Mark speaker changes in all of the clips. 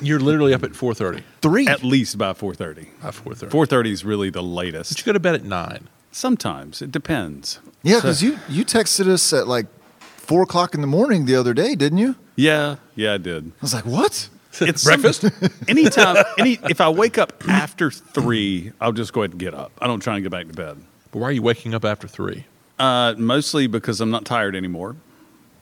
Speaker 1: You're literally up at 4:30.
Speaker 2: Three.
Speaker 3: At least by four thirty.
Speaker 1: By 4:30.
Speaker 3: Four thirty is really the
Speaker 1: But you
Speaker 3: latest.
Speaker 1: go to bed at nine.
Speaker 3: Sometimes it depends.
Speaker 2: yeah, because you you texted us at like four o'clock in the morning the other day, didn't you? I
Speaker 3: Yeah, yeah, I did.
Speaker 2: was like, what?
Speaker 3: It's
Speaker 1: Breakfast?
Speaker 3: anytime, any if I wake up after three, I'll just go ahead and get up. I don't try and get back to bed.
Speaker 1: But why are you waking up after three?
Speaker 3: Uh, mostly because I'm not tired anymore.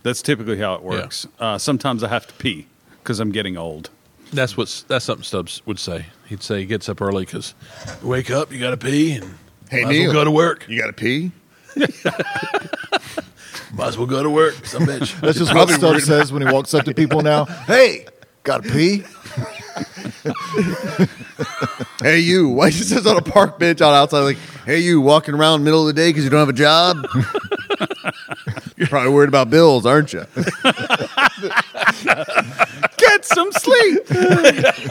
Speaker 3: That's typically how it works. Uh, sometimes I have to pee because I'm getting old.
Speaker 1: That's what's that's something Stubbs would say. He'd say he gets up early because wake up, you got to pee, and
Speaker 4: Hey,
Speaker 1: might as well
Speaker 4: Neil.
Speaker 1: go to work.
Speaker 4: You got to pee?
Speaker 1: Might as well go to work, some bitch.
Speaker 2: That's just what Stubbs says when he walks up to people now. Hey, got to pee?
Speaker 4: Hey, you. Why you sits on a park bench out outside like, hey, you walking around middle of the day because you don't have a job? You're probably worried about bills, aren't you?
Speaker 3: Get some sleep.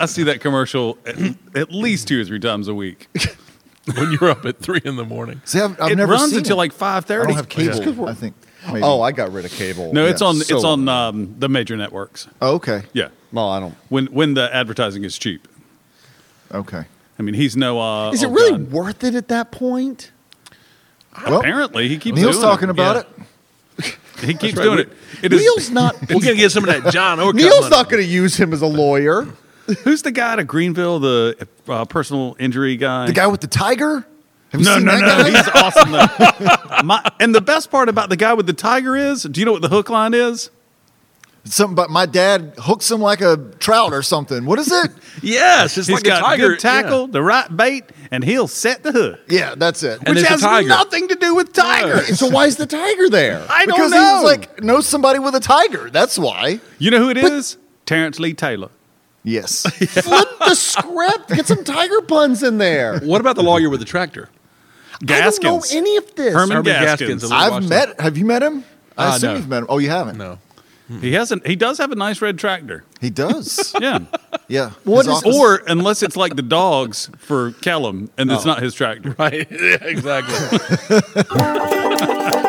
Speaker 3: I see that commercial at, at least two or three times a week.
Speaker 1: when you're up at three in the morning,
Speaker 2: See, I've, I've
Speaker 3: it
Speaker 2: never
Speaker 3: runs
Speaker 2: seen
Speaker 3: until
Speaker 2: it.
Speaker 3: like five
Speaker 2: I
Speaker 3: thirty.
Speaker 2: don't have cable. I think. maybe.
Speaker 4: Oh, I got rid of cable.
Speaker 3: No, it's
Speaker 4: Yeah,
Speaker 3: on
Speaker 4: so-
Speaker 3: it's on um, the major networks.
Speaker 2: Oh, okay.
Speaker 3: Yeah,
Speaker 4: Well, I don't.
Speaker 3: when when the advertising is cheap.
Speaker 2: Okay.
Speaker 3: I mean, he's no. Uh,
Speaker 4: Is it
Speaker 3: oh,
Speaker 4: really
Speaker 3: God.
Speaker 4: worth it at that point?
Speaker 2: Well,
Speaker 3: Apparently, he keeps
Speaker 2: Oh. Neil's
Speaker 3: doing
Speaker 2: talking about
Speaker 1: Yeah.
Speaker 2: it.
Speaker 3: it. He keeps
Speaker 1: right.
Speaker 3: doing it. It is-
Speaker 4: Neil's not.
Speaker 1: we're gonna get some of that John Orcutt
Speaker 4: Neil's
Speaker 1: money.
Speaker 4: not going to use him as a lawyer.
Speaker 3: who's the guy to Greenville, the uh, personal injury guy?
Speaker 2: The guy with the tiger? Have you
Speaker 3: No,
Speaker 2: seen
Speaker 3: no,
Speaker 2: that guy?
Speaker 3: no. He's awesome though. My, and the best part about the guy with the tiger is, do you know what the hook line is?
Speaker 2: Something about my dad hooks him like a trout or something. What is it?
Speaker 1: Yes, it's
Speaker 3: He's
Speaker 1: like
Speaker 3: got
Speaker 1: a tiger
Speaker 3: good tackle, the right bait, and he'll set the hook,
Speaker 2: yeah, that's it.
Speaker 1: And
Speaker 3: which
Speaker 1: it's a
Speaker 3: has
Speaker 1: tiger.
Speaker 3: nothing to do with tiger.
Speaker 4: So why is the tiger there?
Speaker 3: I don't
Speaker 2: because
Speaker 3: know.
Speaker 2: he's like knows somebody with a tiger. That's why.
Speaker 3: you know who it is? Terrence Lee Taylor.
Speaker 2: Yes.
Speaker 4: Flip the script. Get some tiger puns in there.
Speaker 1: What about the lawyer with the tractor?
Speaker 3: Gaskins.
Speaker 4: I don't know any of this.
Speaker 3: Herman,
Speaker 1: Herman
Speaker 3: Gaskins.
Speaker 1: Gaskins. I
Speaker 2: I've
Speaker 1: watched
Speaker 2: met. Have you met him? I
Speaker 1: Uh,
Speaker 2: assume
Speaker 1: no.
Speaker 2: you've met him. Oh, you haven't.
Speaker 1: No,
Speaker 3: He hasn't. He does have a nice red tractor.
Speaker 2: He does.
Speaker 3: Yeah.
Speaker 2: yeah.
Speaker 4: What
Speaker 2: His
Speaker 4: is-
Speaker 2: office-
Speaker 3: or unless it's like the dogs
Speaker 4: Oh.
Speaker 3: for Callum, and it's not his tractor.
Speaker 1: right? Yeah, exactly.